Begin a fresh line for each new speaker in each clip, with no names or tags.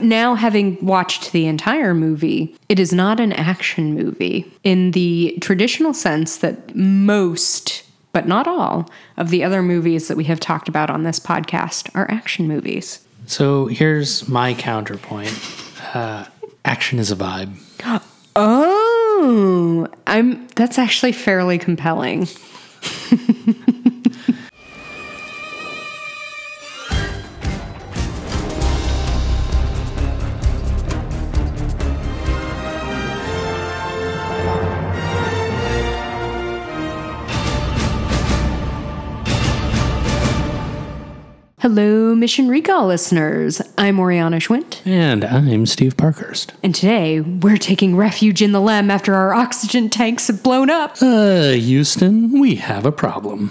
now having watched the entire movie, it is not an action movie in the traditional sense that most, but not all, of the other movies that we have talked about on this podcast are action movies.
So here's my counterpoint uh, action is a vibe.
Oh, I'm that's actually fairly compelling. Hello, Mission Recall listeners. I'm Oriana Schwint.
And I'm Steve Parkhurst.
And today, we're taking refuge in the LEM after our oxygen tanks have blown up.
Uh, Houston, we have a problem.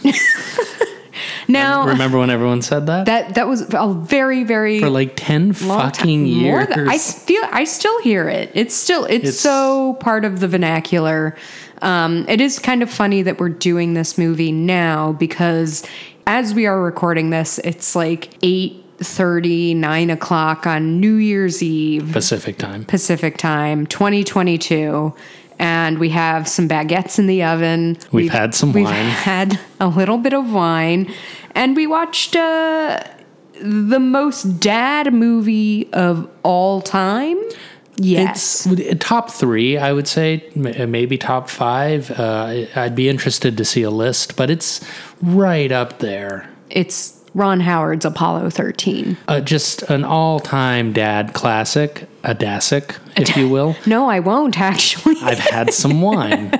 Now,
Remember when everyone said that?
that that was a very, very
For like 10
long ti-
fucking
more
years.
than- I feel I still hear it. It's still it's,
It's-
so part of the vernacular. Um, it is kind of funny that we're doing this movie now because as we are recording this, it's like eight thirty, nine o'clock on New Year's Eve.
Pacific time.
Pacific time, 2022, and we have some baguettes in the oven.
We've had some
we've
wine.
had a little bit of wine, and we watched uh, the most dad movie of all time. Yes,
It's top three, I would say, m- uh, maybe top five. Uh, I'd be interested to see a list, but it's right up there.
it's, Ron Howard's Apollo 13.
Uh, just an all time dad classic, a dasic, if you will.
No, I won't actually.
I've had some wine.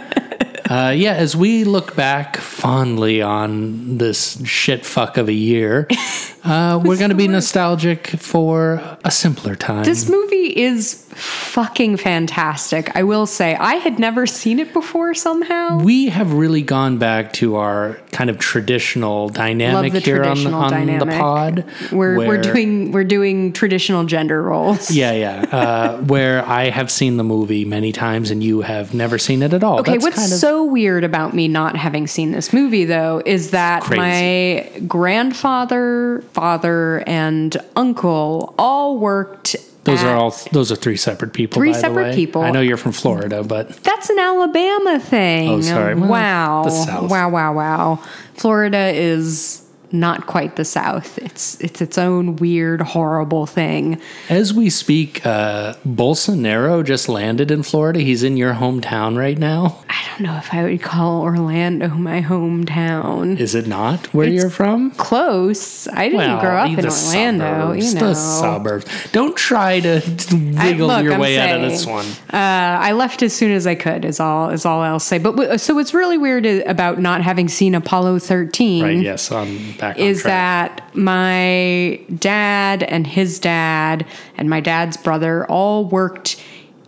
Uh, yeah, as we look back fondly on this shit fuck of a year, uh, we're going to be nostalgic for a simpler time.
This movie is fucking fantastic. I will say, I had never seen it before somehow.
we have really gone back to our kind of traditional dynamic
the
here
traditional
on, the, on the
dynamic.
pod.
We're
where-
we're doing we're doing traditional gender roles.
Yeah, yeah. Uh, where I have seen the movie many times and you have never seen it at all.
Okay,
That's
what's
kind of-
so weird about me not having seen this movie though is that
Crazy.
my grandfather, father, and uncle all worked.
Those
at-
are all. Those are three separate people.
Three
by
separate
the way.
people.
I know you're from Florida, but
That's an Alabama thing.
Oh, sorry. Well,
Wow.
the South.
Wow. Wow. Wow. Florida is not quite the South. It's it's its own weird, horrible thing.
as we speak, uh, Bolsonaro just landed in Florida. He's in your hometown right now.
I don't know if I would call Orlando my hometown.
Is it not where you're from?
Close. I didn't
Well,
grow up in
the
Orlando.
suburbs,
you know,
the suburbs. Don't try to wiggle
look,
your
I'm
way out of this
saying-
one.
Uh, I left as soon as I could. Is all is all I'll say. But w- so what's really weird i- about not having seen Apollo thirteen
Right? Yes, I'm back.
is
on track.
that my dad and his dad and my dad's brother all worked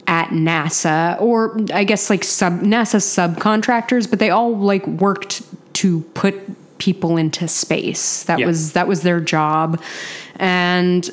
at NASA or I guess like sub NASA subcontractors, but they all like worked to put people into space. That
Yeah.
was that was their job. And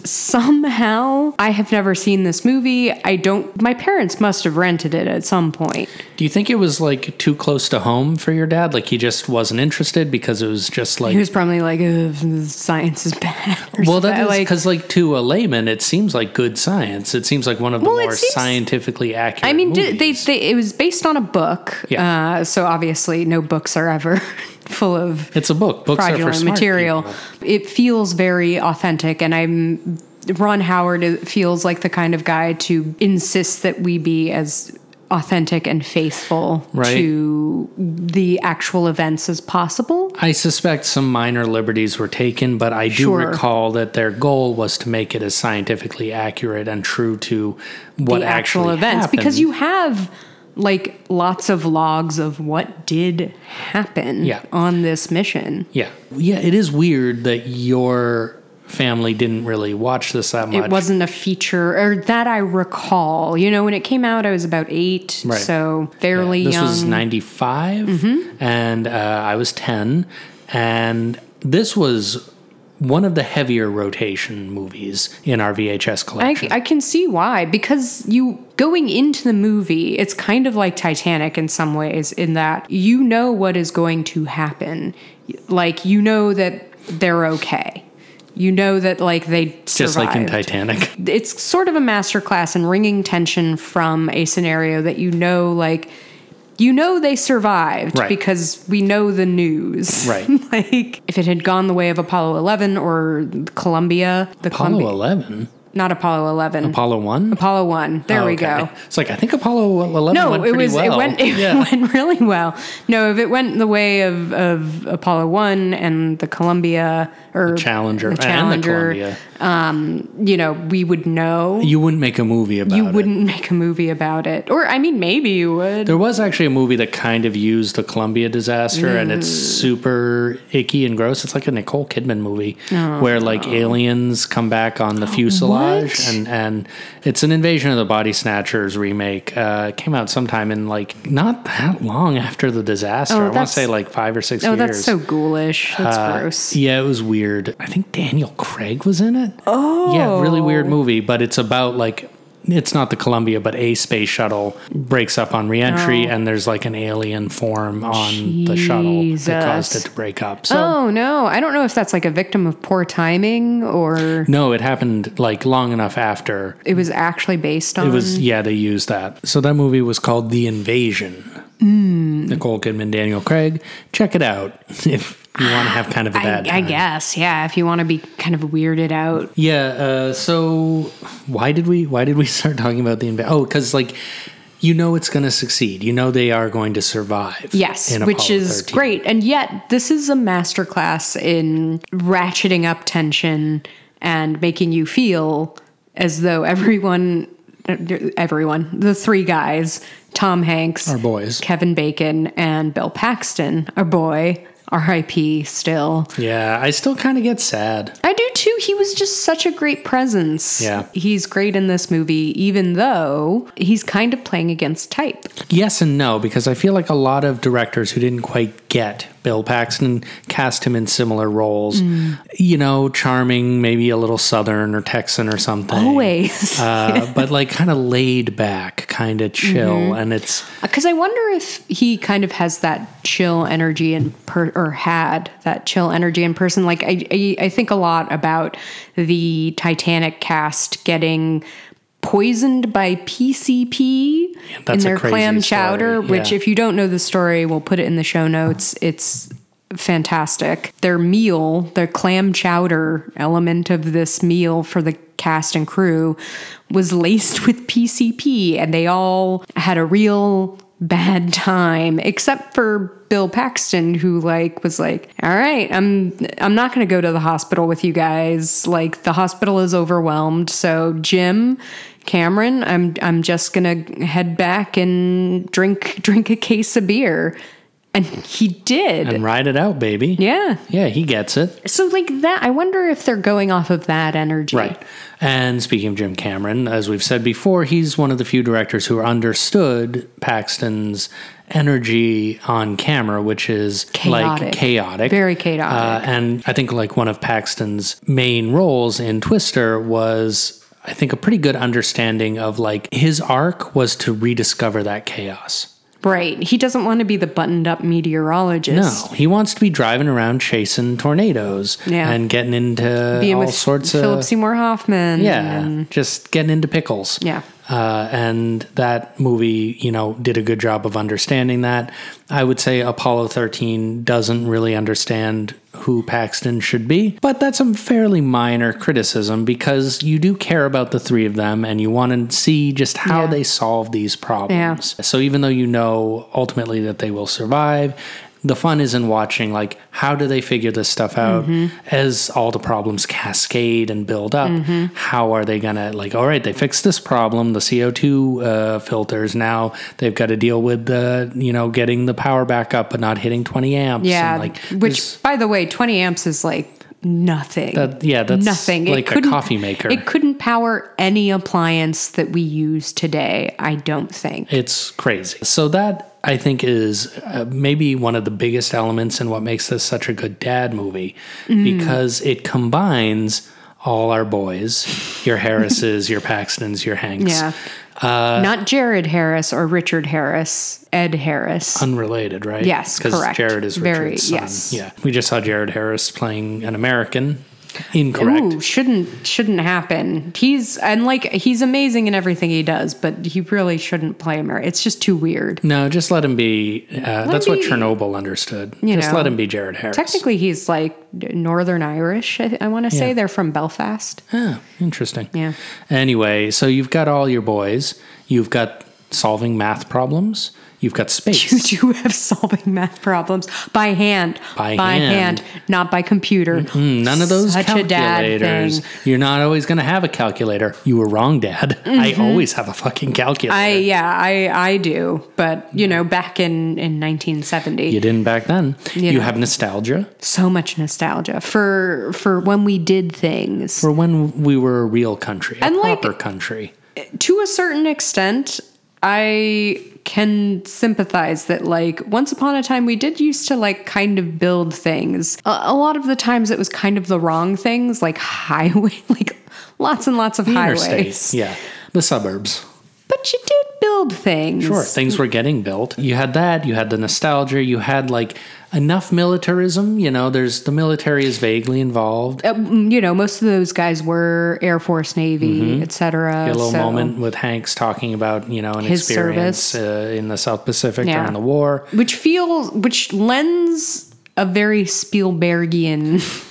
somehow I have never seen this movie. I don't my parents must have rented it at some point.
Do you think it was like too close to home for your dad? Like he just wasn't interested because it was just like
He was probably like, Ugh, science is bad. or
Well,
something.
that is
like,
because, like, to a layman, it seems like good science. It seems like one of the
Well, it
more
seems-
scientifically accurate.
I mean, did, they,
movies.
they it was based on a book,
Yeah.
uh, so obviously no books are ever full of
it's a book. Books are for
fraudulent
smart
material.
people.
It feels very authentic, and I'm Ron Howard i- feels like the kind of guy to insist that we be as authentic and faithful
Right.
to the actual events as possible.
I suspect some minor liberties were taken, but I do
Sure.
recall that their goal was to make it as scientifically accurate and true to what
the actual
actually
events
happened.
because you have like lots of logs of what did happen
Yeah.
on this mission.
yeah, yeah, it is weird that your family didn't really watch this that much.
it wasn't a feature or that I recall. You know, when it came out, I was about eight,
Right.
so
Yeah,
fairly
this
young. Mm-hmm.
was 95 and uh, i was 10 and this was one of the heavier rotation movies in our vhs
I,
collection
I can see why because you going into the movie, it's kind of like Titanic in some ways, in that you know what is going to happen, like you know that they're okay. You know that like they
just like in
survived.
Titanic.
It's sort of a masterclass in wringing tension from a scenario that you know like you know they survived
Right.
because we know the news.
Right.
like if it had gone the way of Apollo 11 or Columbia, the
Apollo
Columbia,
11?
not Apollo 11,
Apollo 1?
Apollo 1. There we go.
It's like, I think Apollo 11
No,
Oh, went
it
pretty
was
well.
it went it
yeah.
went really well. No, if it went the way of, of Apollo one and the Columbia or
Challenger,
the
and the
Challenger,
Columbia.
you know, we would know.
You wouldn't make a movie about
You
it.
wouldn't make a movie about it, or I mean, maybe you would.
There was actually a movie that kind of used the Columbia disaster, and it's
Mm.
super icky and gross. It's like a Nicole Kidman movie
Oh.
where like aliens come back on the fuselage,
What?
and and it's an Invasion of the Body Snatchers remake. Uh, it came out sometime in like not that long after the disaster.
Oh,
I want
that's-
to say like five or six
oh,
years.
that's so ghoulish. That's
Uh,
gross.
Yeah, it was weird. I think Daniel Craig was in it. Oh. Yeah, really weird movie, but it's about like it's not the Columbia, but a space shuttle breaks up on
Oh.
reentry and there's like an alien form on the shuttle that caused it
Jesus.
to break up. So
Oh no, I don't know if that's like a victim of poor timing or
no, it happened like long enough after.
it was actually based on.
It was yeah, they used that. So that movie was called The Invasion.
Hmm.
Nicole Kidman, Daniel Craig. Check it out if you want to have kind of a
I,
bad
I
time.
guess, yeah. If you want to be kind of weirded out,
Yeah. Uh, so why did we why did we start talking about the invasion? Oh, because like you know it's going to succeed. You know they are going to survive.
Yes,
in
which
Apollo
is
13.
great. And yet, this is a masterclass in ratcheting up tension and making you feel as though everyone, everyone, the three guys, Tom Hanks,
Our boys.
Kevin Bacon, and Bill Paxton, our boy, RIP still.
Yeah, I still kind of get sad.
I do too. He was just such a great presence.
Yeah.
He's great in this movie, even though he's kind of playing against type.
Yes and no, because I feel like a lot of directors who didn't quite get Bill Paxton cast him in similar roles.
Mm.
You know, charming, maybe a little Southern or Texan or something.
Always.
Uh, but like kind of laid back, kind of chill,
Mm-hmm.
and it's
Because Uh, I wonder if he kind of has that chill energy and per- or had that chill energy in person. Like I, I, I think a lot about the Titanic cast getting poisoned by PCP in
that's a
their
crazy
clam
story,
chowder. Which,
yeah.
if you don't know the story, we'll put it in the show notes. It's fantastic. Their meal, their clam chowder element of this meal for the cast and crew was laced with PCP and they all had a real bad time except for Bill Paxton who like was like all right I'm I'm not going to go to the hospital with you guys like the hospital is overwhelmed so Jim Cameron I'm I'm just going to head back and drink drink a case of beer and he did
and ride it out, baby.
yeah.
Yeah, he gets it.
So like that, I wonder if they're going off of that energy.
Right. And speaking of Jim Cameron, as we've said before, he's one of the few directors who understood Paxton's energy on camera, which is
Chaotic.
like chaotic.
Very chaotic.
Uh, and I think like one of Paxton's main roles in Twister was. I think a pretty good understanding of like his arc was to rediscover that chaos.
Right. He doesn't want to be the buttoned up meteorologist.
No, he wants to be driving around chasing tornadoes
Yeah.
and getting into
Being
all
with
sorts
Philip
of
Seymour Hoffman.
yeah, just getting into pickles.
Yeah.
Uh, and that movie, you know, did a good job of understanding that. I would say Apollo 13 doesn't really understand who Paxton should be, but that's a fairly minor criticism because you do care about the three of them and you want to see just how
Yeah.
they solve these problems. So even though you know ultimately that they will survive, the fun is in watching like how do they figure this stuff out
Mm-hmm.
as all the problems cascade and build up
Mm-hmm.
how are they gonna like all right they fixed this problem the co2 uh, filters now they've got to deal with the you know getting the power back up but not hitting 20 amps
Yeah.
and, like
Which,
there's-
by the way, 20 amps is like nothing.
That- yeah, that's
nothing. It
like a
couldn't-
coffee maker.
It couldn't power any appliance that we use today, I don't think.
It's crazy. So that I think is uh, maybe one of the biggest elements in what makes this such a good dad movie
Mm.
because it combines all our boys, your Harrises, your Paxtons, your Hanks.
Yeah.
uh,
Not Jared Harris or Richard Harris, Ed Harris.
Unrelated, right?
Yes,
because
correct.
Jared is Richard's
Very-
son.
yes.
Yeah, we just saw Jared Harris playing an American Incorrect.
Ooh, shouldn't shouldn't happen. He's and like he's amazing in everything he does, but he really shouldn't play America. It's just too weird.
No, just let him be. Uh, that's
him
what
be-
Chernobyl understood.
you
Just
know,
let him be Jared Harris.
Technically, he's like Northern Irish. I, I want to say
Yeah.
they're from Belfast.
Ah, interesting.
Yeah.
Anyway, so you've got all your boys. You've got solving math problems. You've got space.
You do have solving math problems by hand,
By
hand.
hand.
not by computer.
Mm, None of those
Such a dad
calculators.
thing.
You're not always going to have a calculator. You were wrong, Dad. I always have a fucking calculator.
Mm-hmm. I yeah, I I do, but you know, back in in 1970,
you didn't back then. You,
know.
have nostalgia
so much nostalgia for for when we did things.
for when we were a real country, a
And, like-
proper country.
to a certain extent, I can sympathize that, like, once upon a time, we did used to, like, kind of build things. A, a lot of the times it was kind of the wrong things, like highway, like lots and lots of
Interstate.
highways.
Yeah. The suburbs.
But you did build things.
Sure. Things were getting built. You had that. You had the nostalgia. You had like enough militarism. You know, there's the military is vaguely involved.
Uh, mm, you know, most of those guys were Air Force, Navy, etc.
Mm-hmm. a little moment with Hanks talking about you know an
His
experience
service.
uh, in the South Pacific
Yeah.
during the war.
which feels, which lends a very Spielbergian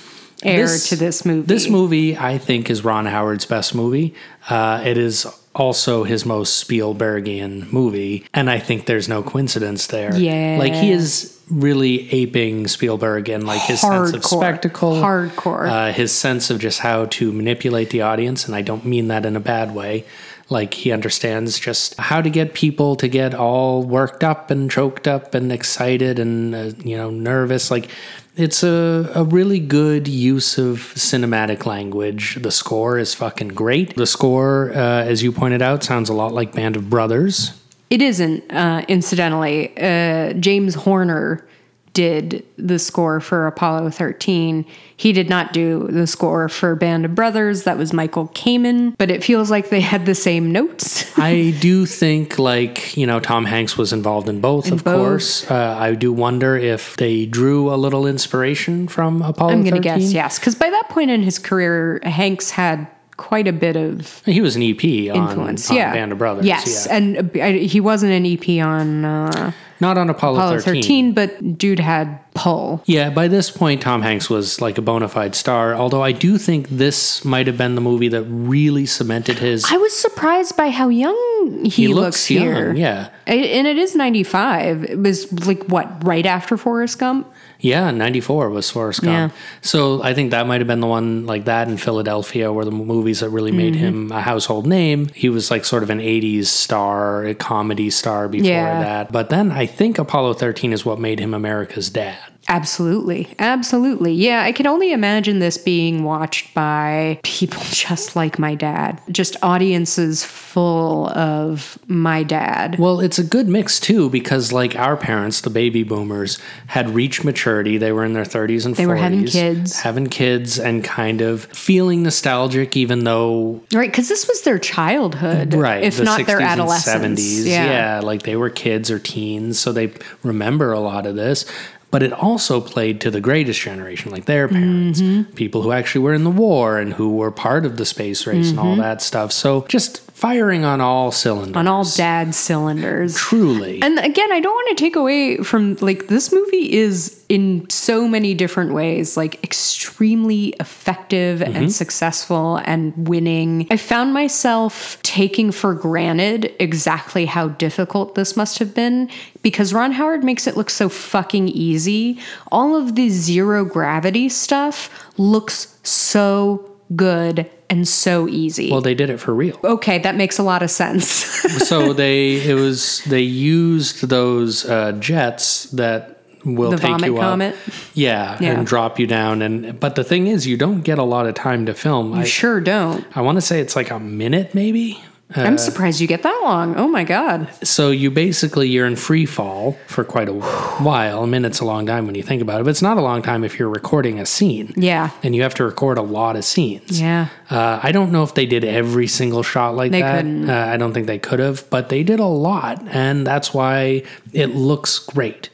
air
This-
to this movie.
This movie, I think, is Ron Howard's best movie. Uh, it is also his most Spielbergian movie, and I think there's no coincidence there.
Yeah.
like he is really aping Spielberg and like his sense of
Hardcore.
spectacle,
Hardcore.
uh, his sense of just how to manipulate the audience, and I don't mean that in a bad way. Like he understands just how to get people to get all worked up and choked up and excited and uh, you know nervous. Like it's a, a really good use of cinematic language. The score is fucking great. The score, uh, as you pointed out, sounds a lot like Band of Brothers.
It isn't, uh, incidentally. Uh, James Horner did the score for Apollo 13. He did not do the score for Band of Brothers. That was Michael Kamen, but it feels like they had the same notes.
I do think, like, you know, Tom Hanks was involved in both, of
both.
course. Uh, I do wonder if they drew a little inspiration from Apollo
I'm going to
13.
guess yes. Because by that point in his career, Hanks had quite a bit of
He was an EP on,
influence.
on
yeah.
Band of Brothers.
Yes.
yeah.
And uh, I, he wasn't an EP on uh,
Not on Apollo,
Apollo
13.
13, but dude had pull.
Yeah, by this point, Tom Hanks was like a bona fide star, although I do think this might have been the movie that really cemented his.
I was surprised by how young he,
He
looks,
looks young,
here.
yeah.
A- and it is ninety five. It was like what right after Forrest Gump.
yeah, 94 was Forrest Gump.
Yeah.
So I think that might have been the one like that in Philadelphia were the movies that really made
Mm-hmm.
him a household name. He was like sort of an 80s star, a comedy star before
Yeah.
that. But then I think Apollo 13 is what made him America's dad.
Absolutely, absolutely. Yeah, I can only imagine this being watched by people just like my dad. Just audiences full of my dad.
Well, it's a good mix too because like our parents, the baby boomers, had reached maturity. They were in their 30s and 40s. They
were having kids.
Having kids and kind of feeling nostalgic even though
Right, because this was their childhood,
right
If
the
not their
60s and
adolescence,
70s yeah. like they were kids or teens so they remember a lot of this but it also played to the greatest generation like their
Mm-hmm.
parents people who actually were in the war and who were part of the space race and all that stuff so just firing on all cylinders
Mm-hmm. on all dad cylinders.
truly
And again, I don't want to take away from like this movie is in so many different ways like extremely effective
Mm-hmm.
and successful and winning. I found myself taking for granted exactly how difficult this must have been because Ron Howard makes it look so fucking easy. All of the zero gravity stuff looks so good and so easy.
well they did it for real
okay, that makes a lot of sense.
so they it was they used those uh, jets that will
The
take
vomit
you up.
comet?
Yeah,
Yeah.
and drop you down and but the thing is you don't get a lot of time to film I,
sure don't.
I want to say it's like a minute maybe Uh,
I'm surprised you get that long. Oh my god.
so you basically you're in free fall for quite a while a minute's a long time when you think about it but it's not a long time if you're recording a scene
Yeah.
and you have to record a lot of scenes
Yeah.
Uh, I don't know if they did every single shot like
They
that.
couldn't.
Uh, I don't think they could have, but they did a lot, and that's why it looks great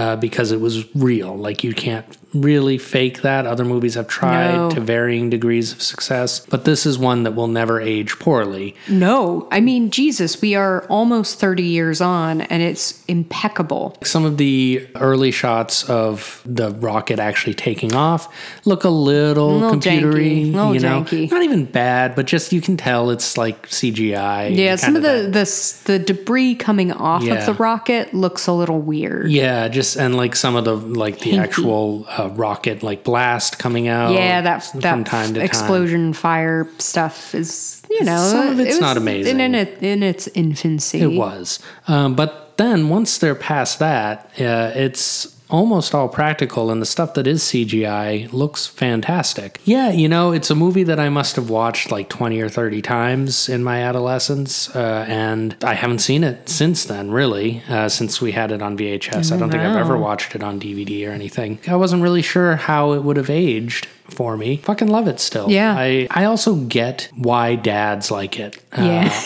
uh, because it was real. Like you can't really fake that. Other movies have tried
No.
to varying degrees of success, but this is one that will never age poorly.
No, I mean, Jesus, we are almost 30 years on and it's impeccable.
Some of the early shots of the rocket actually taking off look a little,
Little
computery,
janky, little
you know,
janky.
not even bad, but just you can tell it's like CGI.
Yeah, some
kinda
of
that-
the, the s- the debris coming off
Yeah.
of the rocket looks a little weird.
Yeah, just and like some of the like the
Hinky.
actual uh, rocket like blast coming out.
Yeah, that
from
that
time to time.
explosion fire stuff is you know
Some of
it
it's
was
not amazing.
in, in, it- in its infancy.
It was, um, but then once they're past that, uh, it's almost all practical, and the stuff that is CGI looks fantastic. Yeah, you know, it's a movie that I must have watched like twenty or thirty times in my adolescence, uh, and I haven't seen it since then. Really, uh, since we had it on VHS, I don't think I've ever watched it on DVD or anything. I wasn't really sure how it would have aged for me. Fucking love it still.
Yeah.
I I also get why dads like it. Uh,
Yeah.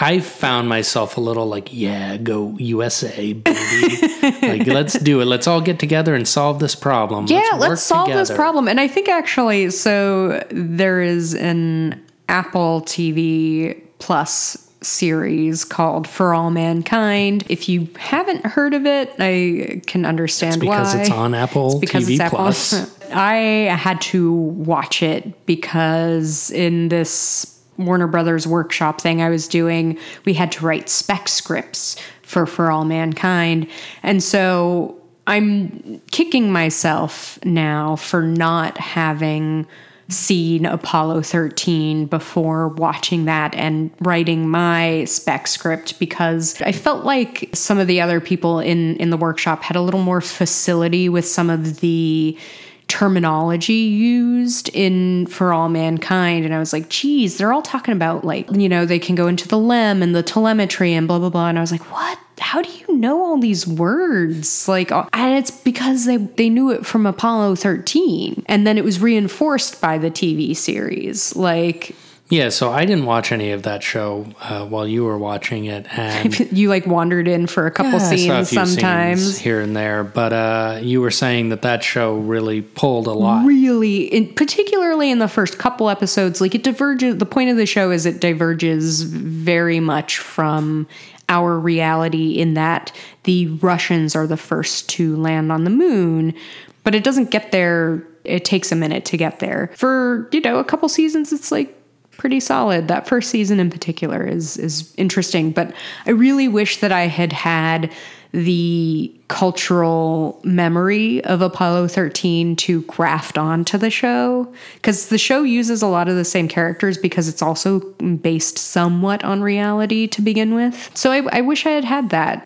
I found myself a little like, yeah, go USA, baby. like, let's do it. Let's all get together and solve this problem.
Yeah, let's,
work
solve this
together.
problem. And I think actually, so there is an Apple TV Plus series called For All Mankind. If you haven't heard of it, I can understand
Because
why.
it's on Apple
because
TV
it's Apple.
Plus.
I had to watch it because in this Warner Brothers workshop thing I was doing, we had to write spec scripts for For All Mankind. And so I'm kicking myself now for not having seen Apollo 13 before watching that and writing my spec script because I felt like some of the other people in in the workshop had a little more facility with some of the terminology used in for all mankind and i was like geez they're all talking about like you know they can go into the lem and the telemetry and blah blah blah and i was like what how do you know all these words like all- and it's because they they knew it from apollo 13 and then it was reinforced by the tv series like
Yeah, so I didn't watch any of that show uh, while you were watching it. And
you like wandered in for a couple
I saw a
scenes
few scenes
sometimes
here and there. But uh, you were saying that that show really pulled a lot.
really in, particularly in the first couple episodes like it diverges the point of the show is it diverges very much from our reality in that the russians are the first to land on the moon but it doesn't get there it takes a minute to get there for you know a couple seasons it's like pretty solid that first season in particular is is interesting but i really wish that i had had the cultural memory of Apollo 13 to graft onto the show because the show uses a lot of the same characters because it's also based somewhat on reality to begin with. So I, I wish I had had that.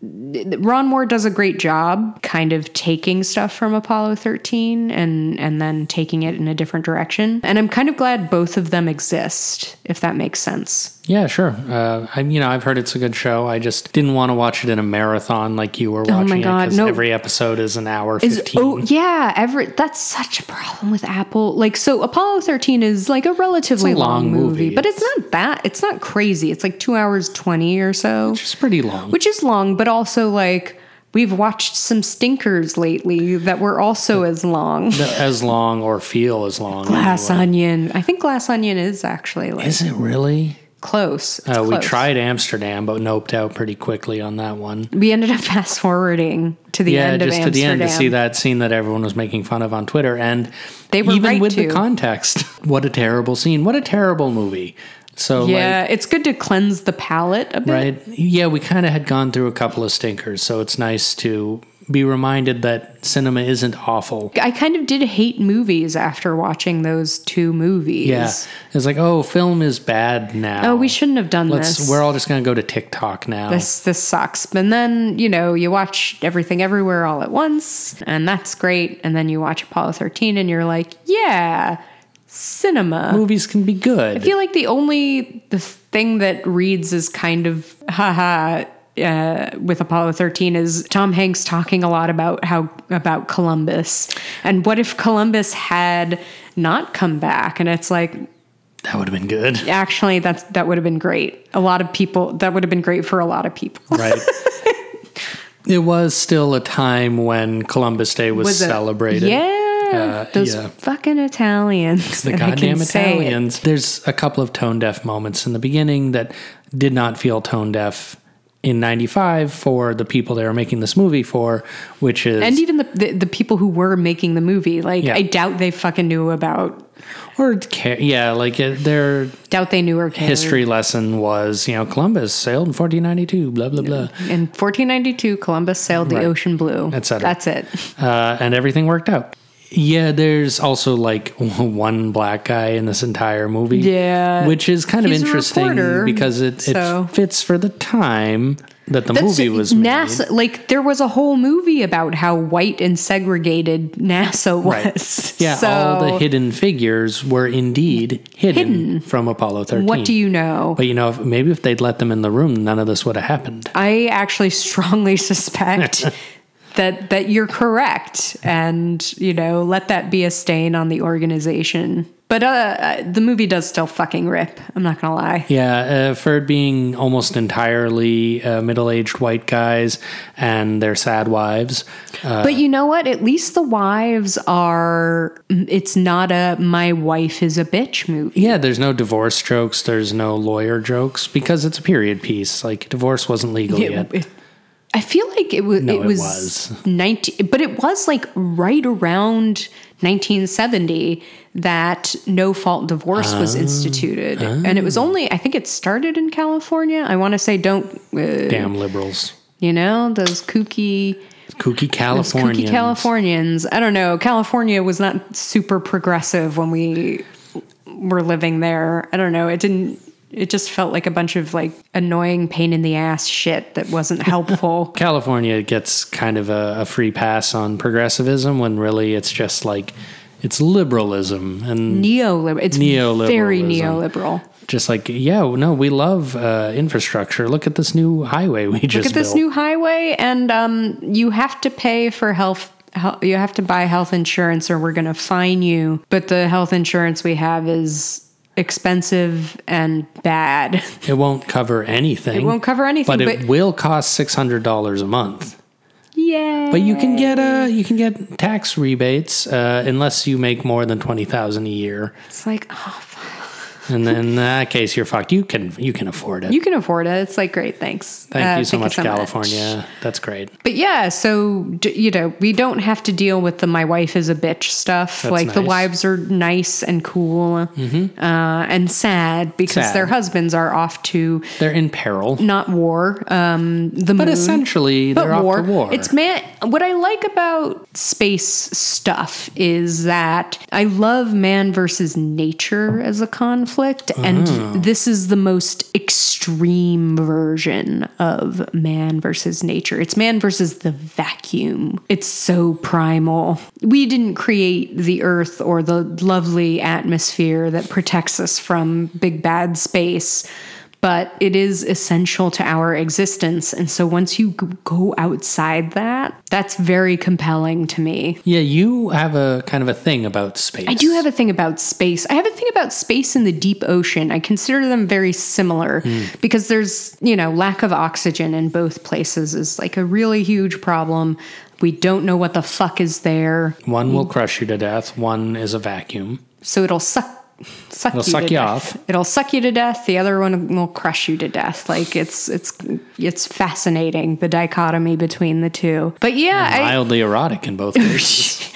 Ron Moore does a great job kind of taking stuff from Apollo 13 and and then taking it in a different direction. And I'm kind of glad both of them exist, if that makes sense.
Yeah, sure. Uh, I, you know, I've heard it's a good show. I just didn't want to watch it in a marathon like you were watching it
Oh God,
because
no.
every episode is an hour fifteen.
Oh yeah, every that's such a problem with Apple. Like so Apollo 13 is like a relatively
It's a long
long, movie,
movie.
but it's not that it's not crazy. It's like 2 hours 20 or so,
It's pretty long.
which is long, but also like we've watched some stinkers lately that were also as long.
as long or feel as long.
Glass
anyway.
Onion. I think Glass Onion is actually like
Is it really?
close. It's
Uh, we
close.
tried Amsterdam, but noped out pretty quickly on that one.
We ended up fast forwarding to the
Yeah,
end of
just to the
Amsterdam.
end to see that scene that everyone was making fun of on Twitter, and
They were
even
right
with the
to.
context. What a terrible scene! What a terrible movie! So
Yeah, it's good to cleanse the palate a bit.
Right. Yeah, we kind of had gone through a couple of stinkers, so it's nice to be reminded that cinema isn't awful.
I kind of did hate movies after watching those two movies.
Yeah. It's like, oh, film is bad now.
Oh, we shouldn't have done
Let's,
this.
We're all just going to go to TikTok now.
this this sucks. And then, you know, you watch everything everywhere all at once, and that's great. And then you watch Apollo 13 and you're like, yeah, cinema.
Movies can be good.
I feel like the only the thing that reads is kind of haha uh, with Apollo 13 is Tom Hanks talking a lot about how about Columbus and what if Columbus had not come back and it's like
that would have been good.
actually that's that would have been great a lot of people that would have been great for a lot of people
Right. it was still a time when Columbus Day was,
Was a-
celebrated.
yeah Yeah, those
Uh, yeah.
fucking Italians.
the
And I can
goddamn
say it.
Italians. There's a couple of tone deaf moments in the beginning that did not feel tone deaf in 95 for the people they were making this movie for, which is
And even the, the the people who were making the movie, like
Yeah.
I doubt they fucking knew about,
or ca- yeah, like uh, their
doubt they knew or cared.
history lesson was, you know, Columbus sailed in 1492, blah blah blah.
In 1492, Columbus sailed
Right.
the ocean blue.
Et cetera.
That's it.
uh, and everything worked out. Yeah, there's also like one black guy in this entire movie.
Yeah.
which is kind of
He's a
interesting
reporter,
because it, it
so-
fits for the time that the
That's-
movie was made.
NASA. Like there was a whole movie about how white and segregated NASA was.
Yeah,
so
all the hidden figures were indeed hidden, from Apollo 13.
what do you know?
But you know, if, maybe if they'd let them in the room, none of this would have happened.
I actually strongly suspect that that you're correct, and you know, let that be a stain on the organization. But uh, uh, the movie does still fucking rip. I'm not gonna lie.
Yeah, uh, for it being almost entirely uh, middle-aged white guys and their sad wives.
but you know what? At least the wives are. It's not a "my wife is a bitch" movie.
Yeah, there's no divorce jokes. There's no lawyer jokes because it's a period piece. Like divorce wasn't legal
It-
yet.
it- I feel like it was.
No,
it
it
was,
was.
nineteen, but it was like right around 1970 that no fault divorce was
Uh-huh.
instituted, and it was only. I think it started in California. I want to say, don't uh,
Damn liberals,
you know those kooky.
kooky
those Kooky
Californians.
Californians. I don't know. California was not super progressive when we were living there. I don't know. It didn't. It just felt like a bunch of like annoying pain in the ass shit that wasn't helpful.
California gets kind of a, a free pass on progressivism when really it's just like it's liberalism and
neoliberal. It's very
Neoliberalism.
neoliberal.
just like yeah no we love uh, infrastructure. Look at this new highway we just
Look at this
built.
new highway, and um, you have to pay for health. hel- You have to buy health insurance, or we're going to fine you. But the health insurance we have is expensive and bad.
it won't cover anything.
It won't cover anything,
but,
but,
it will cost six hundred dollars a month.
yeah.
But you can get uh you can get tax rebates uh, unless you make more than twenty thousand a year,
It's like, oh, fuck.
and then in that case you're fucked. You can you can afford it.
you can afford it. It's like, great, thanks.
Thank
Uh,
you so much, California. That's great.
But yeah, so, d- you know, we don't have to deal with the my wife is a bitch stuff. like, the
nice. Mm-hmm.
wives are nice and cool uh, and sad because
Sad.
their husbands are off to
They're in peril,
not war, um, the
but
moon.
essentially
but
they're off
war.
to war.
It's man. What I like about space stuff is that I love man versus nature as a conflict,
Uh-huh.
and this is the most extreme version of man versus nature. It's man versus the vacuum. It's so primal. We didn't create the Earth or the lovely atmosphere that protects us from big bad space but it is essential to our existence. And so once you g- go outside that, that's very compelling to me.
yeah, you have a kind of a thing about space.
I do have a thing about space. I have a thing about space and the deep ocean. I consider them very similar because there's, you know, lack of oxygen in both places is like a really huge problem. We don't know what the fuck is there.
one
Mm.
will crush you to death. One is a vacuum.
So it'll suck suck
It'll
you
suck
to
you
death.
off.
It'll suck you to death. The other one will crush you to death. Like it's it's it's fascinating the dichotomy between the two. But yeah,
Mildly erotic in both ways.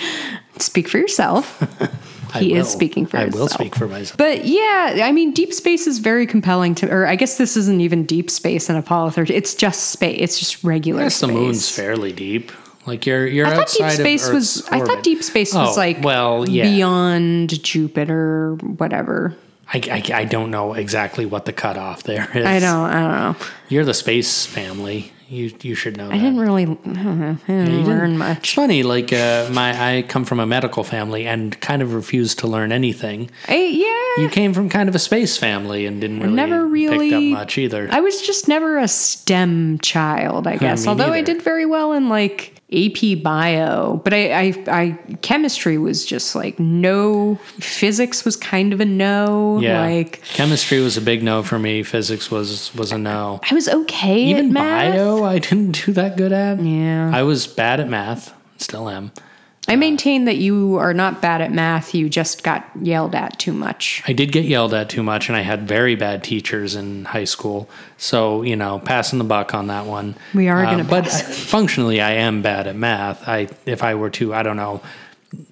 I, speak for yourself.
I
He is
will.
speaking for
I will
himself.
speak for myself.
But yeah, I mean, deep space is very compelling to, or I guess this isn't even deep space in Apollo 13. It's just space. It's just regular
I guess
space.
the moon's fairly deep. Like you're you're
I thought
outside
deep space
of Earth's
was. I thought
orbit.
deep space was
Oh,
like
well, yeah.
beyond Jupiter, whatever.
I, I, I don't know exactly what the cutoff there is.
I don't. I don't know.
You're the space family. You you should know that.
I didn't really. I don't know. I didn't
You didn't-
learn
It's
much.
funny, like uh, my I come from a medical family and kind of refused to learn anything.
I, yeah.
You came from kind of a space family and didn't really
never
picked up
really-
much either.
I was just never a STEM child, I guess.
me
Although I
neither.
did very well in like AP bio, but I, I, I chemistry was just like no. Physics was kind of a no.
yeah,
Like
chemistry was a big no for me. Physics was was a no.
I was okay at
Even
math.
bio, I didn't do that good at.
Yeah.
I was bad at math. Still am.
I maintain that you are not bad at math. You just got yelled at too much.
I did get yelled at too much, and I had very bad teachers in high school. So you know, passing the buck on that one. Um,
We are gonna
but
pass.
I- functionally, I am bad at math. I if I were to, I don't know,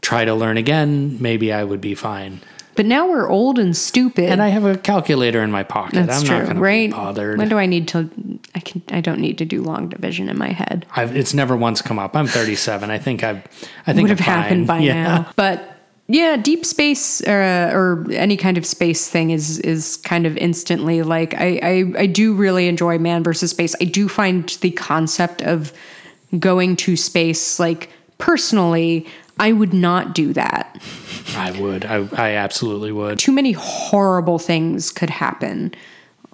try to learn again, maybe I would be fine.
But now we're old and stupid.
And I have a calculator in my pocket.
That's
I'm
true,
not going
right?
to be bothered.
When do I need to? I can. I don't need to do long division in my head.
I've, it's never once come up. I'm 37. I think I've, I think
Would have
I'm fine.
happened by
yeah.
now. But yeah, deep space uh, or any kind of space thing is is kind of instantly like I, I I do really enjoy man versus space. I do find the concept of going to space like personally. I would not do that.
I would. I, I absolutely would.
too many horrible things could happen.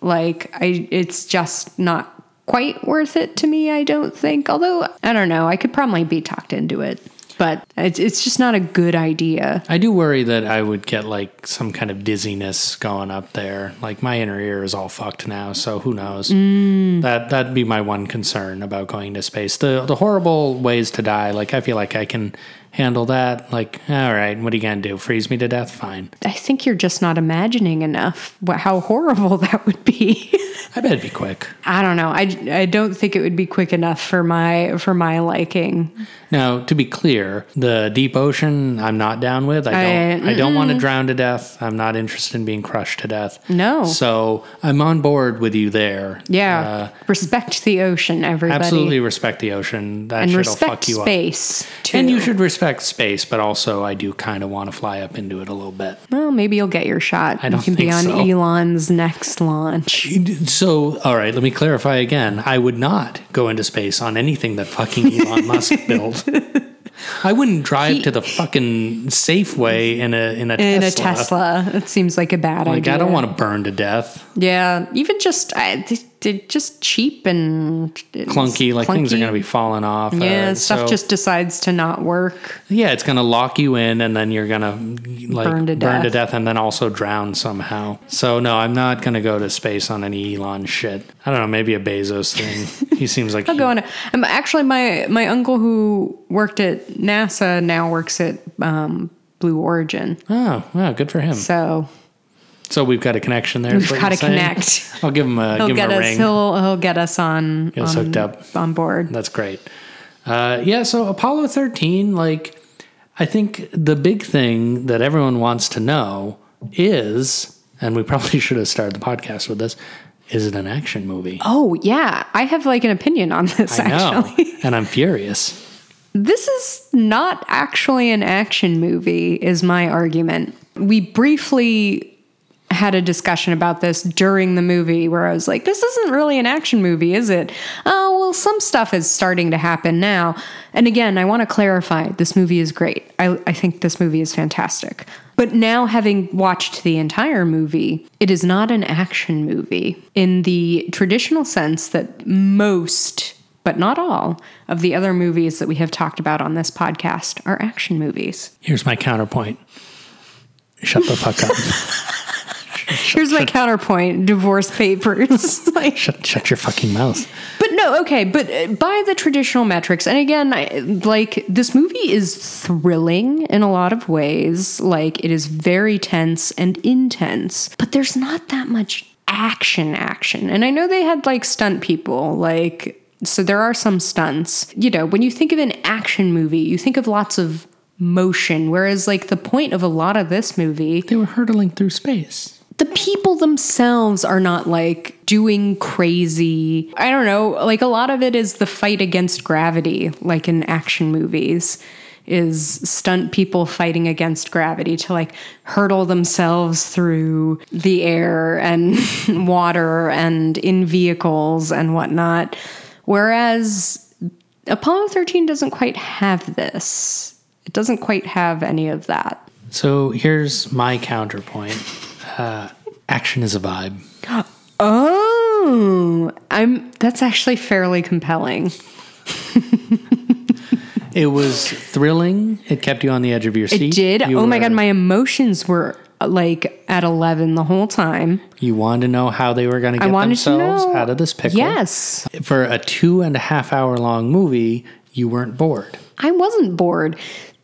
Like I it's just not quite worth it to me, I don't think. Although I don't know, I could probably be talked into it. But it's it's just not a good idea.
I do worry that I would get like some kind of dizziness going up there. Like my inner ear is all fucked now, so who knows?
Mm.
That that'd be my one concern about going to space. The the horrible ways to die. Like I feel like I can handle that. Like all right, what are you gonna do? Freeze me to death? Fine.
I think you're just not imagining enough what, how horrible that would be.
I bet it'd be quick.
I don't know. I, I don't think it would be quick enough for my for my liking.
Now, to be clear, the deep ocean I'm not down with. I don't I, don't want to drown to death. I'm not interested in being crushed to death.
No.
So I'm on board with you there.
Yeah.
Uh,
respect the ocean, everybody.
absolutely respect the ocean. That
And
shit'll
respect
fuck you
space
up.
too.
And you should respect space, but also I do kind of want to fly up into it a little bit.
Well, maybe you'll get your shot.
don't
you can be
think
on
so.
Elon's next launch.
So, all right, let me clarify again. I would not go into space on anything that fucking Elon Musk built. I wouldn't drive to the fucking Safeway in a in a
In
Tesla.
a Tesla, it seems like a bad
Like
idea.
I don't want to burn to death.
Yeah, even just I, th- th- just cheap and
Clunky, like things are
clunky.
going to be falling off.
Yeah,
uh,
stuff
so-
just decides to not work.
yeah, it's going to lock you in, and then you're going to like
Burn
burn
to
to,
death.
death, and then also drown somehow. So no, I'm not going to go to space on any Elon shit. I don't know, maybe a Bezos thing. he seems like
I'll go on. a- Um, actually, my my uncle who worked at NASA now works at um, Blue Origin.
Oh, wow, good for him.
So
So we've got a connection there. is
We've
what
got
you're
a
saying?
connect.
I'll give him a
he'll
give
get
him a
us.
ring.
He'll he'll get us on.
Get us
on-
hooked up.
on board.
That's great. Uh, yeah, so Apollo 13, like, I think the big thing that everyone wants to know is, and we probably should have started the podcast with this, is it an action movie?
Oh yeah, I have like an opinion on this.
I know.
Actually,
and I'm furious.
this is not actually an action movie. Is my argument. We briefly had a discussion about this during the movie where I was like, "This isn't really an action movie, is it?" Oh well, some stuff is starting to happen now. And again, I want to clarify: this movie is great. I, I think this movie is fantastic. But now, having watched the entire movie, it is not an action movie in the traditional sense that most, but not all, of the other movies that we have talked about on this podcast are action movies.
Here's my counterpoint. Shut the fuck up.
Here's my counterpoint divorce papers. like,
shut, shut your fucking mouth.
But no, okay, but uh, by the traditional metrics, and again, I, like this movie is thrilling in a lot of ways. Like it is very tense and intense, but there's not that much action action. And I know they had like stunt people, like, so there are some stunts. You know, when you think of an action movie, you think of lots of motion, whereas like the point of a lot of this movie
They were hurtling through space.
the people themselves are not like doing crazy. I don't know, like a lot of it is the fight against gravity, like in action movies, is stunt people fighting against gravity to like hurtle themselves through the air and water and in vehicles and whatnot. Whereas Apollo 13 doesn't quite have this, it doesn't quite have any of that.
So here's my counterpoint. Uh, action is a vibe.
Oh, I'm. That's actually fairly compelling.
It was thrilling. It kept you on the edge of your seat.
It did.
You
oh my
were-
god, my emotions were uh, like at eleven the whole time.
You wanted to know how they were going to
I
get
wanted to
themselves
know.
out of this pickle.
Yes,
For a two and a half hour long movie, you weren't bored.
I wasn't bored.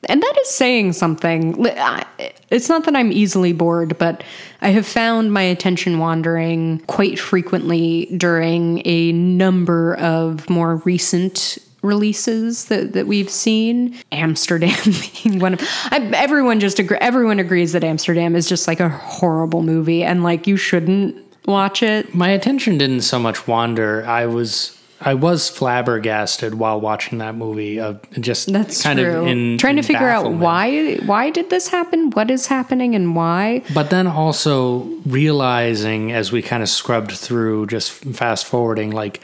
And that is saying something. Li- I- It's not that I'm easily bored, but I have found my attention wandering quite frequently during a number of more recent releases that, that we've seen. Amsterdam being one of I, everyone just agree, everyone agrees that Amsterdam is just like a horrible movie and like you shouldn't watch it.
my attention didn't so much wander. I was I was flabbergasted while watching that movie of just
That's
kind
true.
of in
Trying to
in
figure out
bafflement.
why why did this happen? What is happening and why?
But then also realizing as we kind of scrubbed through, just fast forwarding, like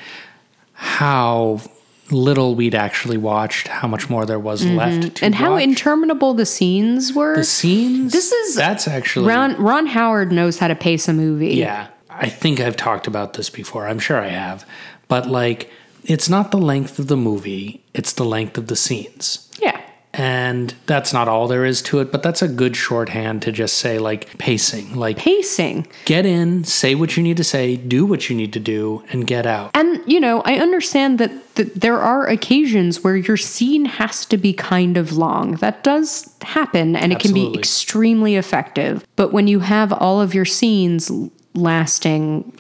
how little we'd actually watched, how much more there was left, to
Mm-hmm. and how
watch.
interminable the scenes were.
the scenes.
This is
that's actually
Ron Ron Howard knows how to pace a movie.
Yeah. I think I've talked about this before. I'm sure I have. But like, it's not the length of the movie, it's the length of the scenes.
Yeah.
And that's not all there is to it, but that's a good shorthand to just say, like, pacing. Like,
Pacing.
get in, say what you need to say, do what you need to do, and get out.
And you know, I understand that th- there are occasions where your scene has to be kind of long. That does happen and it can be
Absolutely.
extremely effective. But when you have all of your scenes l- lasting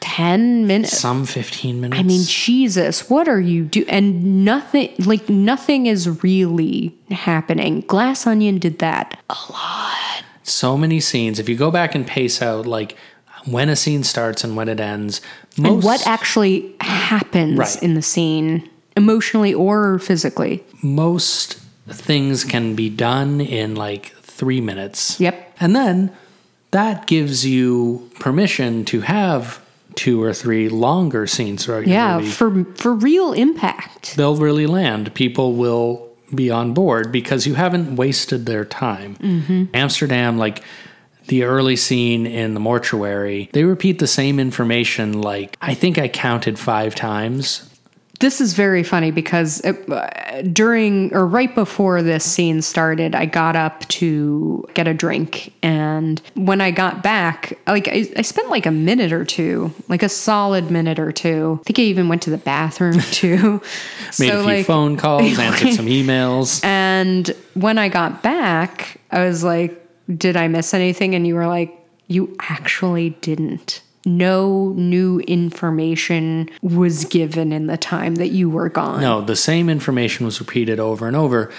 10 minutes
Some 15 minutes.
I mean, Jesus, what are you do? And nothing, like nothing, is really happening. Glass Onion did that.
so many scenes. If you go back and pace out, like, when a scene starts and when it ends, most
And what actually happens
Right.
in the scene, emotionally or physically?
most things can be done in like three minutes.
Yep.
And then that gives you permission to have two or three longer scenes throughout your
Yeah,
movie.
for for real impact.
They'll really land. People will be on board because you haven't wasted their time.
Mm-hmm.
Amsterdam, like the early scene in the mortuary, they repeat the same information. Like, I think I counted five times.
This is very funny because it, uh, during or right before this scene started, I got up to get a drink, and when I got back, like I, I spent like a minute or two, like a solid minute or two. I think I even went to the bathroom too.
Made a few phone calls, answered some emails.
and when I got back, I was like, "Did I miss anything?" And you were like, "You actually didn't." No new information was given in the time that you were gone.
No, the same information was repeated over and over.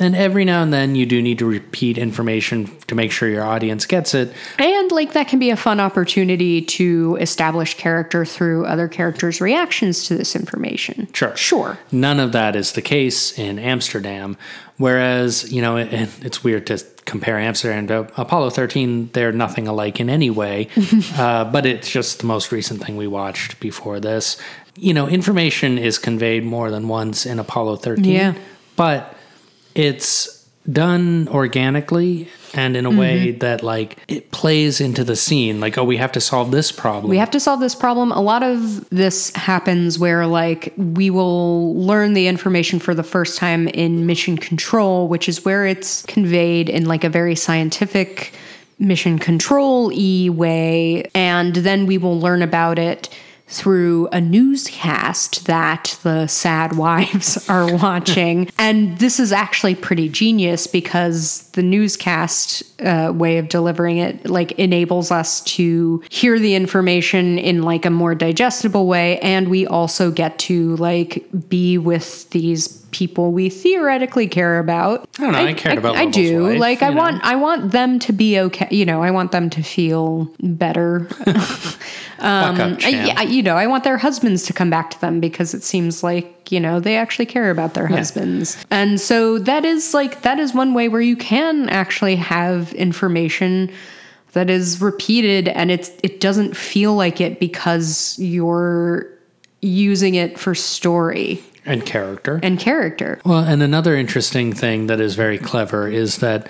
And every now and then you do need to repeat information to make sure your audience gets it.
And like that can be a fun opportunity to establish character through other characters' reactions to this information.
Sure.
Sure.
None of that is the case in Amsterdam. Whereas, you know, it, it- it's weird to compare Amsterdam to Apollo 13. They're nothing alike in any way. uh, but it's just the most recent thing we watched before this. You know, information is conveyed more than once in Apollo 13.
Yeah.
But it's done organically and in a
Mm-hmm.
way that, like, it plays into the scene. Like, oh, we have to solve this problem.
We have to solve this problem. A lot of this happens where, like, we will learn the information for the first time in mission control, which is where it's conveyed in like a very scientific mission control e way. And then we will learn about it through a newscast that the sad wives are watching. and this is actually pretty genius because the newscast uh, way of delivering it like enables us to hear the information in like a more digestible way and we also get to like be with these people we theoretically care about.
I don't know. I, cared about
I
Lovel's
do.
life,
like I
you know?
want I want them to be okay, you know, I want them to feel better
Buck up,
um, I,
champ.
yeah, I- you know, I want their husbands to come back to them because it seems like, you know, they actually care about their husbands. And so that is like, that is one way where you can actually have information that is repeated and it's, it doesn't feel like it because you're using it for story
and character.
and character.
Well, and another interesting thing that is very clever is that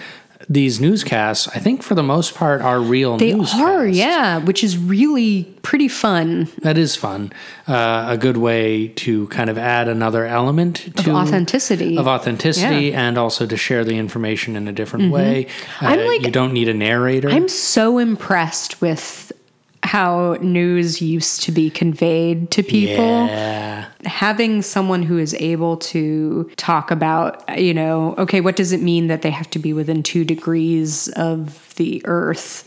these newscasts, I think for the most part, are real
They
newscasts.
are, yeah, which is really pretty fun.
That is fun. Uh, a good way to kind of add another element to
authenticity.
Of authenticity and also to share the information in a different way. Uh,
Mm-hmm. I'm like-
you don't need a narrator.
I'm so impressed with how news used to be conveyed to people.
Yeah.
Having someone who is able to talk about, you know, okay, what does it mean that they have to be within two degrees of the earth?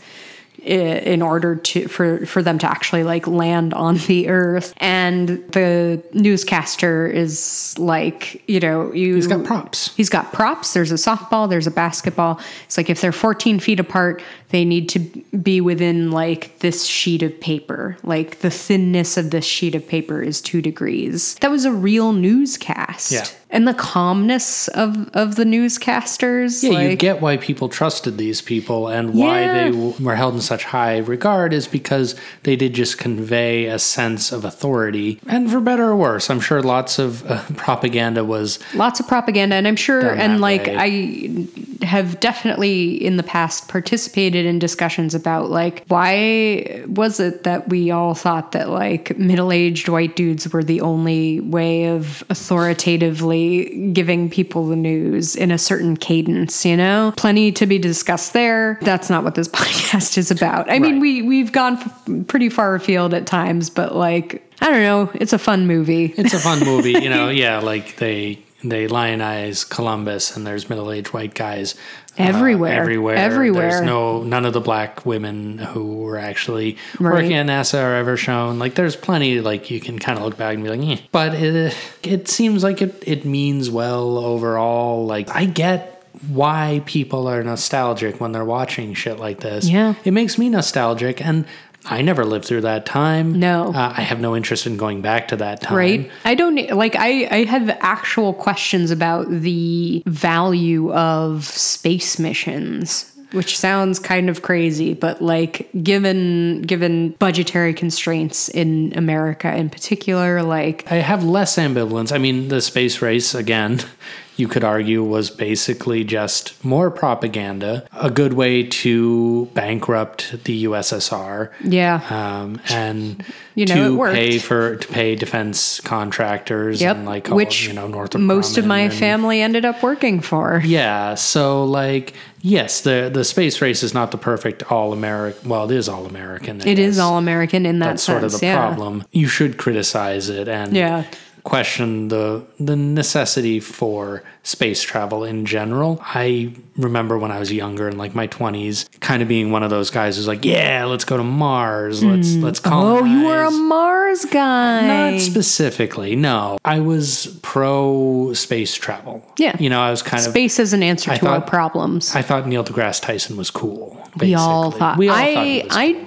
i- in order to for for them to actually like land on the earth and the newscaster is like you know you
He's got props.
He's got props. There's a softball. There's a basketball. It's like if they're 14 feet apart, they need to be within like this sheet of paper. Like the thinness of this sheet of paper is two degrees. That was a real newscast.
Yeah.
And the calmness of of the newscasters.
Yeah, you
like-
get why people trusted these people and why
Yeah.
they w- were held in such high regard is because they did just convey a sense of authority. And for better or worse, I'm sure lots of uh, propaganda was
lots of propaganda and i'm sure
Done
and
that
like i have definitely in the past participated in discussions about like why was it that we all thought that like middle-aged white dudes were the only way of authoritatively giving people the news in a certain cadence you know plenty to be discussed there that's not what this podcast is about i mean
Right.
we we've gone f- pretty far afield at times but like i don't know it's a fun movie
it's a fun movie, you know. Yeah, like they they lionize Columbus, and there's middle aged white guys uh,
Everywhere.
everywhere,
Everywhere.
There's no none of the black women who were actually
Right.
working at NASA are ever shown. Like there's plenty. Like you can kind of look back and be like, eh. but it it seems like it it means well overall. Like I get. Why people are nostalgic when they're watching shit like this.
Yeah.
It makes me nostalgic. And I never lived through that time.
No.
Uh, I have no interest in going back to that time.
right i don't e, like i i have actual questions about the value of space missions which sounds kind of crazy but like given given budgetary constraints in america in particular like
I have less ambivalence. I mean, the space race, again, you could argue was basically just more propaganda, a good way to bankrupt the USSR.
yeah
Um, and
You know, it
to
worked.
pay for to pay defense contractors
Yep,
and like
which
you know Northrop
most of
Grumman
my
and-
family ended up working for
yeah, so like yes, the the space race is not the perfect all American. Well, it is all American.
it is all american in that
that's
sense
sort of the
yeah
problem. You should criticize it and
Yeah.
question the the necessity for space travel in general. I remember when I was younger in like my twenties, kind of being one of those guys who's like, "Yeah, let's go to Mars. Let's let's colonize."
oh you were a mars guy
Not specifically, no. I was pro space travel.
Yeah.
you know, I was kind of
space is an answer to our
thought-
problems
I thought Neil deGrasse Tyson was cool. Basically.
we all thought.
We all
I
thought he was
I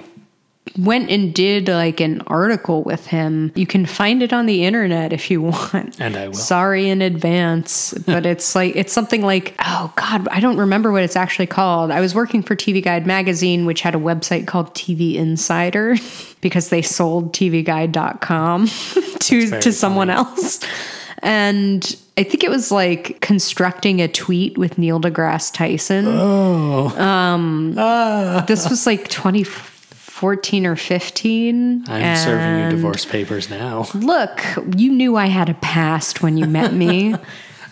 went and did like an article with him. You can find it on the internet if you want.
And I will.
Sorry in advance, but it's like it's something like oh god, I don't remember what it's actually called. I was working for TV Guide magazine, which had a website called TV Insider because they sold tvguide.com to
very
to someone else. And I think it was like constructing a tweet with Neil deGrasse Tyson
Oh.
Um,
Ah.
this was like 2014 or 15.
I'm serving you
and
divorce papers now.
Look, you knew I had a past when you met me,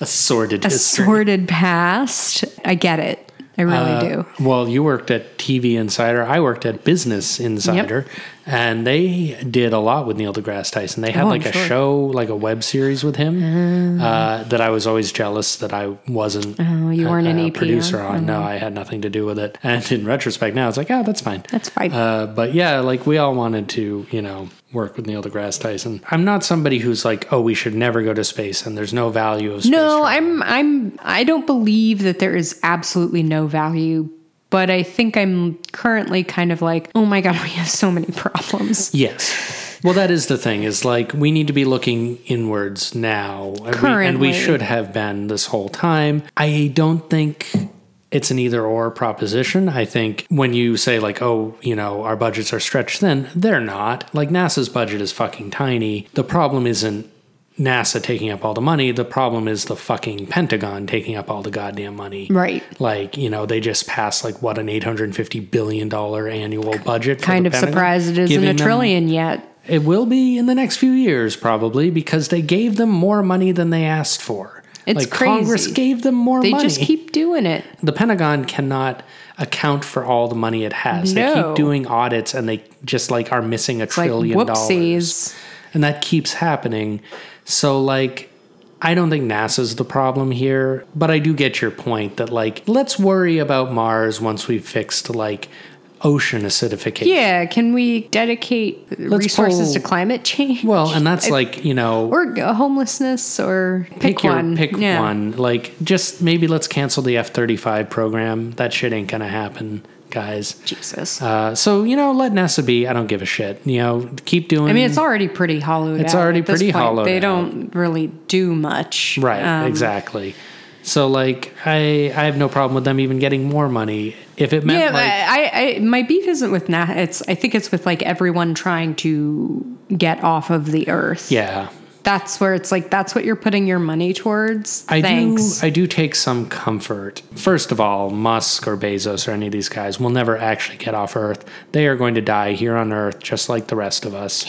A sordid
a
history.
sordid past. I get it. I really
Uh,
do.
Well, you worked at TV Insider. I worked at Business Insider, and they did a lot with Neil deGrasse Tyson. They had
Oh, I'm
like a
sure.
show, like a web series with him uh, that I was always jealous that I wasn't.
Oh, you
a-
weren't an
a
EP
producer
on-
on. No, I had nothing to do with it. And in retrospect, now it's like, oh, that's fine.
That's fine.
Uh, but yeah, like we all wanted to, you know, work with Neil deGrasse Tyson. I'm not somebody who's like, oh, we should never go to space, and there's no value of space.
No,
travel.
I'm I'm I don't believe that there is absolutely no value, but I think I'm currently kind of like, oh my god, we have so many problems.
Yes. Well, that is the thing. Is like we need to be looking inwards now, and we- and
Currently.
we should have been this whole time. I don't think it's an either or proposition. I think when you say like, oh, you know, our budgets are stretched thin, they're not. Like NASA's budget is fucking tiny. The problem isn't. NASA taking up all the money. The problem is the fucking Pentagon taking up all the goddamn money.
Right.
Like, you know, they just passed like what an $850 billion annual budget. for
Kind
the
of
Pentagon,
surprised it isn't
giving
a
them-
trillion yet.
it will be in the next few years, probably, because they gave them more money than they asked for.
It's
like Congress
crazy.
gave them more
They
money.
just keep doing it.
the Pentagon cannot account for all the money it has. They
No.
keep doing audits and they just like are missing a
Like
trillion dollars.
whoopsies.
And that keeps happening. So like I don't think NASA's the problem here, but I do get your point that like let's worry about Mars once we've fixed like ocean acidification.
Yeah, can we dedicate resources
pull-
to climate change?
Well, and that's like, you know,
or homelessness, or pick,
pick, your
one.
pick
Yeah.
one. Like just maybe let's cancel the F-35 program. That shit ain't going to happen, guys.
Jesus.
Uh, so you know, let NASA be. I don't give a shit. You know, keep doing.
I mean, it's already pretty hollowed.
Mm-hmm. It's
out
already
at this
pretty
point.
hollowed
They
out.
don't really do much,
right,
Um,
exactly. So like, I I have no problem with them even getting more money if it meant
Yeah,
like
I, I my beef isn't with NASA. It's I think it's with like everyone trying to get off of the earth.
yeah.
that's where it's like that's what you're putting your money towards.
I
Thanks.
do I do take some comfort. First of all, Musk or Bezos or any of these guys will never actually get off Earth. They are going to die here on Earth just like the rest of us.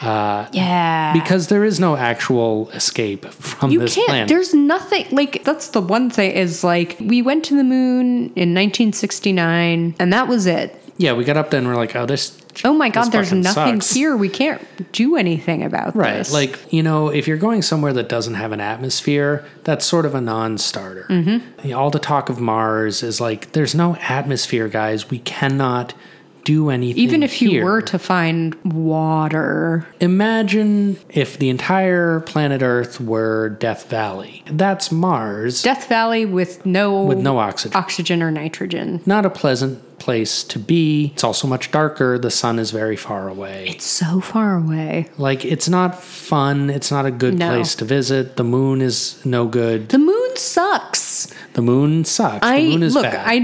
yeah,
uh, Because there is no actual escape from
you
this
can't.
planet.
There's nothing like that's the one thing is like we went to the moon in 1969 and that was it.
yeah, we got up there and we're like, oh, this
Oh my
this
God, there's
fucking
nothing
sucks.
here. We can't do anything about
Right.
this.
Like, you know, if you're going somewhere that doesn't have an atmosphere, that's sort of a non starter. Mm-hmm. All the talk of Mars is like, there's no atmosphere, guys. We cannot do anything.
even if you
here.
were to find water,
Imagine if the entire planet Earth were Death Valley. That's Mars
Death Valley with no
with no oxygen.
oxygen or nitrogen.
Not a pleasant place to be. It's also much darker. The sun is very far away.
It's so far away.
like, it's not fun. It's not a good
No.
place to visit. The moon is no good.
The moon sucks.
The moon sucks.
I
the moon is
look.
bad.
I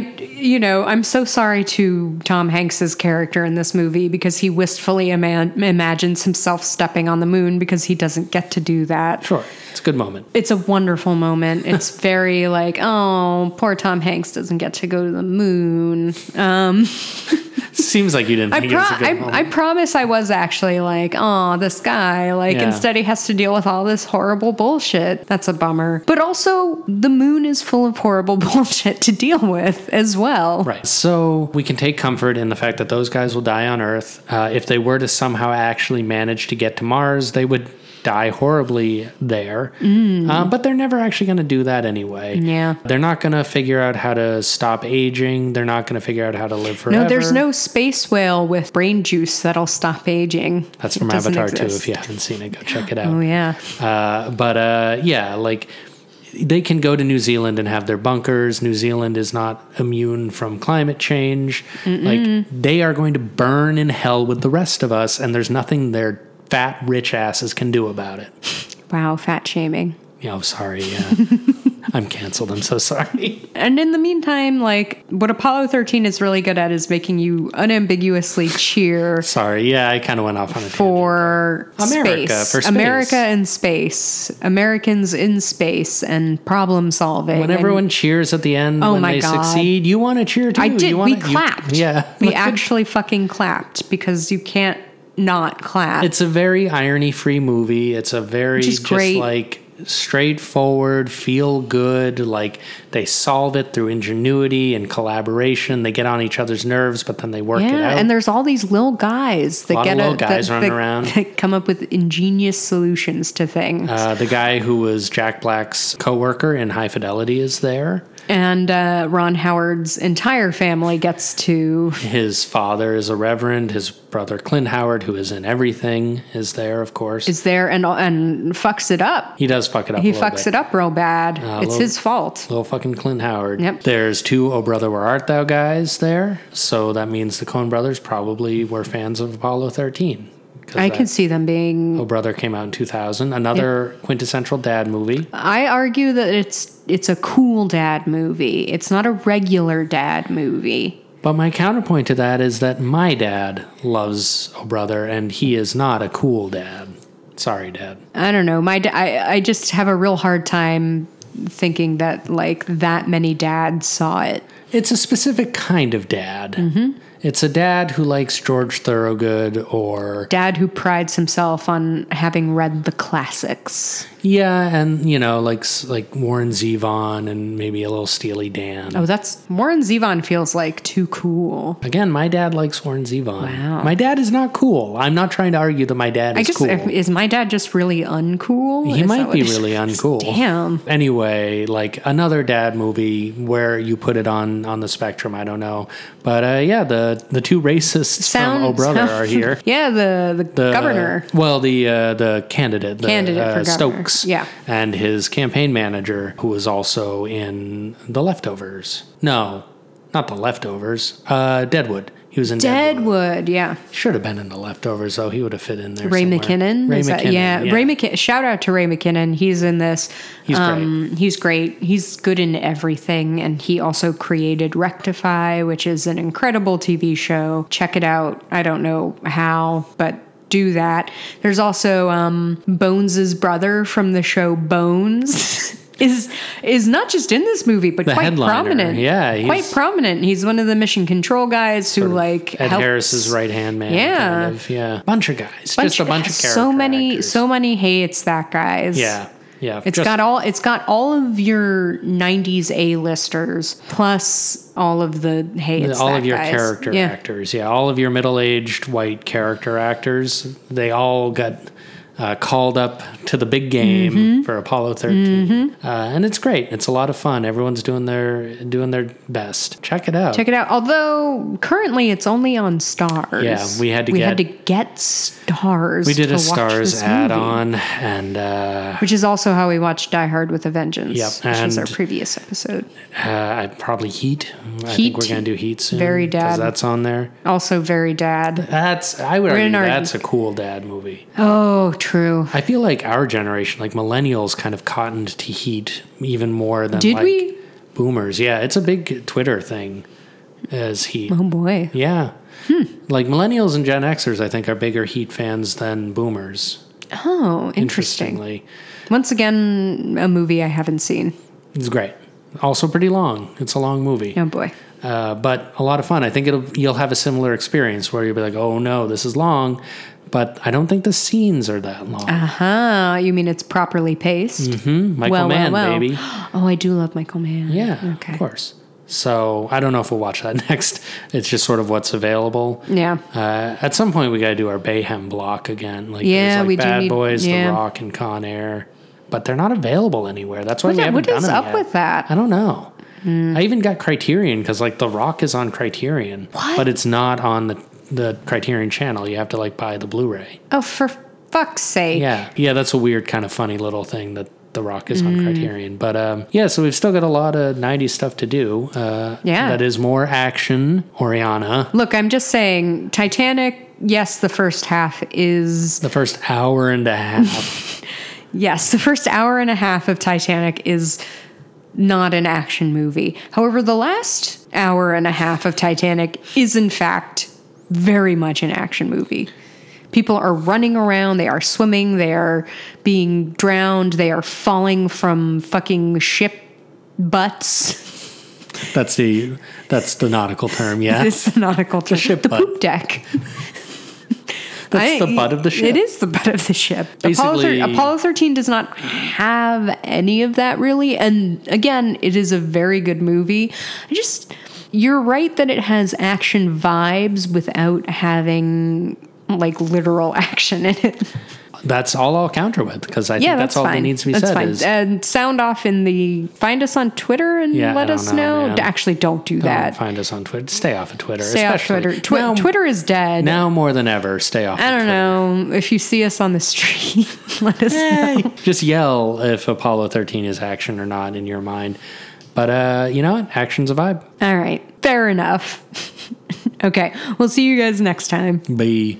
you know I'm so sorry to Tom Hanks's character in this movie because he wistfully ima- imagines himself stepping on the moon because he doesn't get to do that.
Sure, it's a good moment.
It's a wonderful moment. It's very like, oh, poor Tom Hanks doesn't get to go to the moon.
Seems like you didn't
I,
think
pro-
it was a good
I,
moment.
I promise I was actually like, oh, this guy. Like,
Yeah.
instead, he has to deal with all this horrible bullshit. That's a bummer. But also, the moon is full of horrible bullshit to deal with as well.
right. So we can take comfort in the fact that those guys will die on Earth. Uh, if they were to somehow actually manage to get to Mars, they would die horribly there. Uh, but they're never actually going to do that anyway.
Mm. Yeah.
They're not going to figure out how to stop aging. They're not going to figure out how to live forever.
No, there's no space whale with brain juice that'll stop aging.
That's from
It doesn't
Avatar too.
exist.
If you haven't seen it, go check it out.
Oh, yeah.
Uh, but uh, yeah, like they can go to New Zealand and have their bunkers. New Zealand is not immune from climate change. Like they are going to burn in hell with the rest of us, and there's nothing their fat rich asses can do about it.
Wow, fat shaming.
You know, sorry. Yeah. I'm canceled. I'm so sorry.
And in the meantime, like, what Apollo 13 is really good at is making you unambiguously cheer
Sorry. Yeah, I kind of went off on a tangent.
for
America,
space.
for space.
America in space, Americans in space, and problem solving.
When
And
everyone cheers at the end
Oh
when
my
they
God.
succeed, you want to cheer too.
I did,
You
we
wanna- you-
clapped.
yeah.
we actually fucking clapped because you can't not clap.
It's a very irony free movie. It's a very
is
just
great.
like straightforward, feel good. Like they solve it through ingenuity and collaboration. They get on each other's nerves, but then they work it
yeah,
out.
and there's all these little guys that
lot of
get
little
a,
guys
that,
running
that-
around.
that come up with ingenious solutions to things.
uh, the guy who was Jack Black's coworker in High Fidelity is there.
and uh, Ron Howard's entire family gets to
His father is a reverend. His brother Clint Howard, who is in everything, is there. Of course,
is there and and fucks it up.
he does fuck it up.
He fucks it up real bad. it's
Uh, little-
his fault.
Little fucking Clint Howard.
Yep.
There's two Oh Brother Where Art Thou guys there. So that means the Coen brothers probably were fans of Apollo 13. 'Cause
I
that
can see them being
Oh Brother came out in 2000. Another quintessential dad movie.
I argue that it's it's a cool dad movie. It's not a regular dad movie.
But my counterpoint to that is that my dad loves Oh Brother and he is not a cool dad. Sorry, dad.
I don't know. My da- I I just have a real hard time thinking that like that many dads saw it. Mm-hmm.
It's a specific kind of dad. It's a dad who likes George Thorogood or
Dad who prides himself on having read the classics.
yeah, and you know like s- like Warren Zevon and maybe a little Steely Dan.
Oh, that's Warren Zevon feels like too cool.
Again, my dad likes Warren Zevon.
Wow.
My dad is not cool. I'm not trying to argue that my dad is
I just
cool.
is my dad just really uncool? Is
he
that
might
what
be
it is?
really uncool.
Damn.
Anyway, like another dad movie where you put it on on the spectrum. I don't know, but uh, yeah, the the two racists
Sound
from Oh Brother are here.
yeah, the the,
The-
governor.
Well, the uh, the candidate, the,
Candidate for
uh,
governor.
Stokes,
Yeah.
and his campaign manager, who was also in The Leftovers. No, not The Leftovers. Uh, Deadwood. He was in Deadwood.
Deadwood, yeah.
Should have been in The Leftovers, though. He would have fit in there.
Ray
somewhere.
McKinnon.
Ray
is that-
McKinnon.
yeah. Ray McKinnon. Shout out to Ray McKinnon. He's in this. Um,
He's
He's great. He's good in everything. And he also created Rectify, which is an incredible TV show. Check it out. I don't know how, but do that. There's also um, Bones' brother from the show Bones. Is is not just in this movie, but quite
headliner.
prominent.
Yeah,
quite
he's-
prominent. He's one of the mission control guys who like
Ed
helps-
Harris's right hand man.
Yeah.
kind of, yeah, bunch of guys,
bunch
just a
of
bunch of
guys.
characters.
So many, so many hates that guys.
yeah, yeah.
It's got all it's got all of your '90s A-listers plus all of the hey, it's
all
that
of your
guys.
character
Yeah.
actors. Yeah, all of your middle-aged white character actors. They all got uh, called up to the big game
Mm-hmm.
for Apollo 13, uh, and it's great. It's a lot of fun. Everyone's doing their doing their best. Check it out.
Check it out. Although currently it's only on Stars.
Yeah, we had to
we
get-
had to get Stars.
we did
to
a
watch
stars
this movie,
add-on, and uh,
which is also how we watched Die Hard with a Vengeance.
Yep,
which is
and-
our previous episode.
uh, probably Heat. I
Heat.
think we're gonna do Heat soon.
Very
'cause
dad.
That's on there.
Also, very dad.
That's I would argue
in our-
that's a cool dad movie.
Oh, true.
I feel like our generation, like millennials, kind of cottoned to Heat even more than
Did
like
we?
boomers. Yeah, it's a big Twitter thing as Heat.
Oh boy.
Yeah,
Hmm.
like millennials and Gen Xers, I think are bigger Heat fans than boomers.
Oh, interesting.
Interestingly,
Once again, a movie I haven't seen.
it's great. Also pretty long. It's a long movie,
Oh boy.
uh, but a lot of fun. I think it'll you'll have a similar experience where you'll be like, oh no, this is long, but I don't think the scenes are that long. Hmm?
Uh huh. You mean it's properly paced?
Michael
well, well,
Mann,
well.
baby.
Oh, I do love Michael Mann.
Yeah,
Okay.
of course. So I don't know if we'll watch that next. It's just sort of what's available.
Yeah.
Uh, at some point, we got to do our Bayhem block again. Like
Yeah,
there's like
we do
Bad
need-
Boys,
yeah.
The Rock, and Con Air, but they're not available anywhere. That's why we
What-
haven't
what
done
is
them
up
yet.
with Hmm. that?
I don't know. I even got Criterion because like The Rock is on Criterion,
What?
but it's not on the the Criterion channel. You have to like buy the Blu-ray.
Oh, for fuck's sake.
Yeah, yeah, that's a weird kind of funny little thing that The Rock is
Mm.
on Criterion. But um, yeah, so we've still got a lot of '90s stuff to do. Uh,
Yeah.
that is more action. Oriana,
Look, I'm just saying, Titanic. Yes, the first half is
the first hour and a half.
yes, the first hour and a half of Titanic is not an action movie. However, the last hour and a half of Titanic is in fact very much an action movie. People are running around, they are swimming, they are being drowned, they are falling from fucking ship butts.
that's the that's the nautical term. Yeah,
It's the nautical term. The,
ship butt.
poop deck.
that's the butt of the ship.
It is the butt of the ship. Apollo, thir-
Basically-
Apollo 13 does not have any of that really. And again, it is a very good movie. I just, you're right that it has action vibes without having like literal action in it.
That's all I'll counter with because I
yeah,
think that's, all
fine.
that needs to be
that's
said.
fine.
Is um,
and sound off in the find us on Twitter and
Yeah, I
let
don't
us
know,
know.
man.
Actually, don't do
don't
that.
find us on Twitter. Stay off of Twitter.
Stay off
especially.
Twitter. Twi-
now,
Twitter is dead.
now more than ever. Stay off.
I
of
don't know. If you see us on the street, let us know.
Hey, just yell if Apollo 13 is action or not in your mind. But uh, you know what? Action's a vibe.
All right. Fair enough. okay. We'll see you guys next time.
Bye.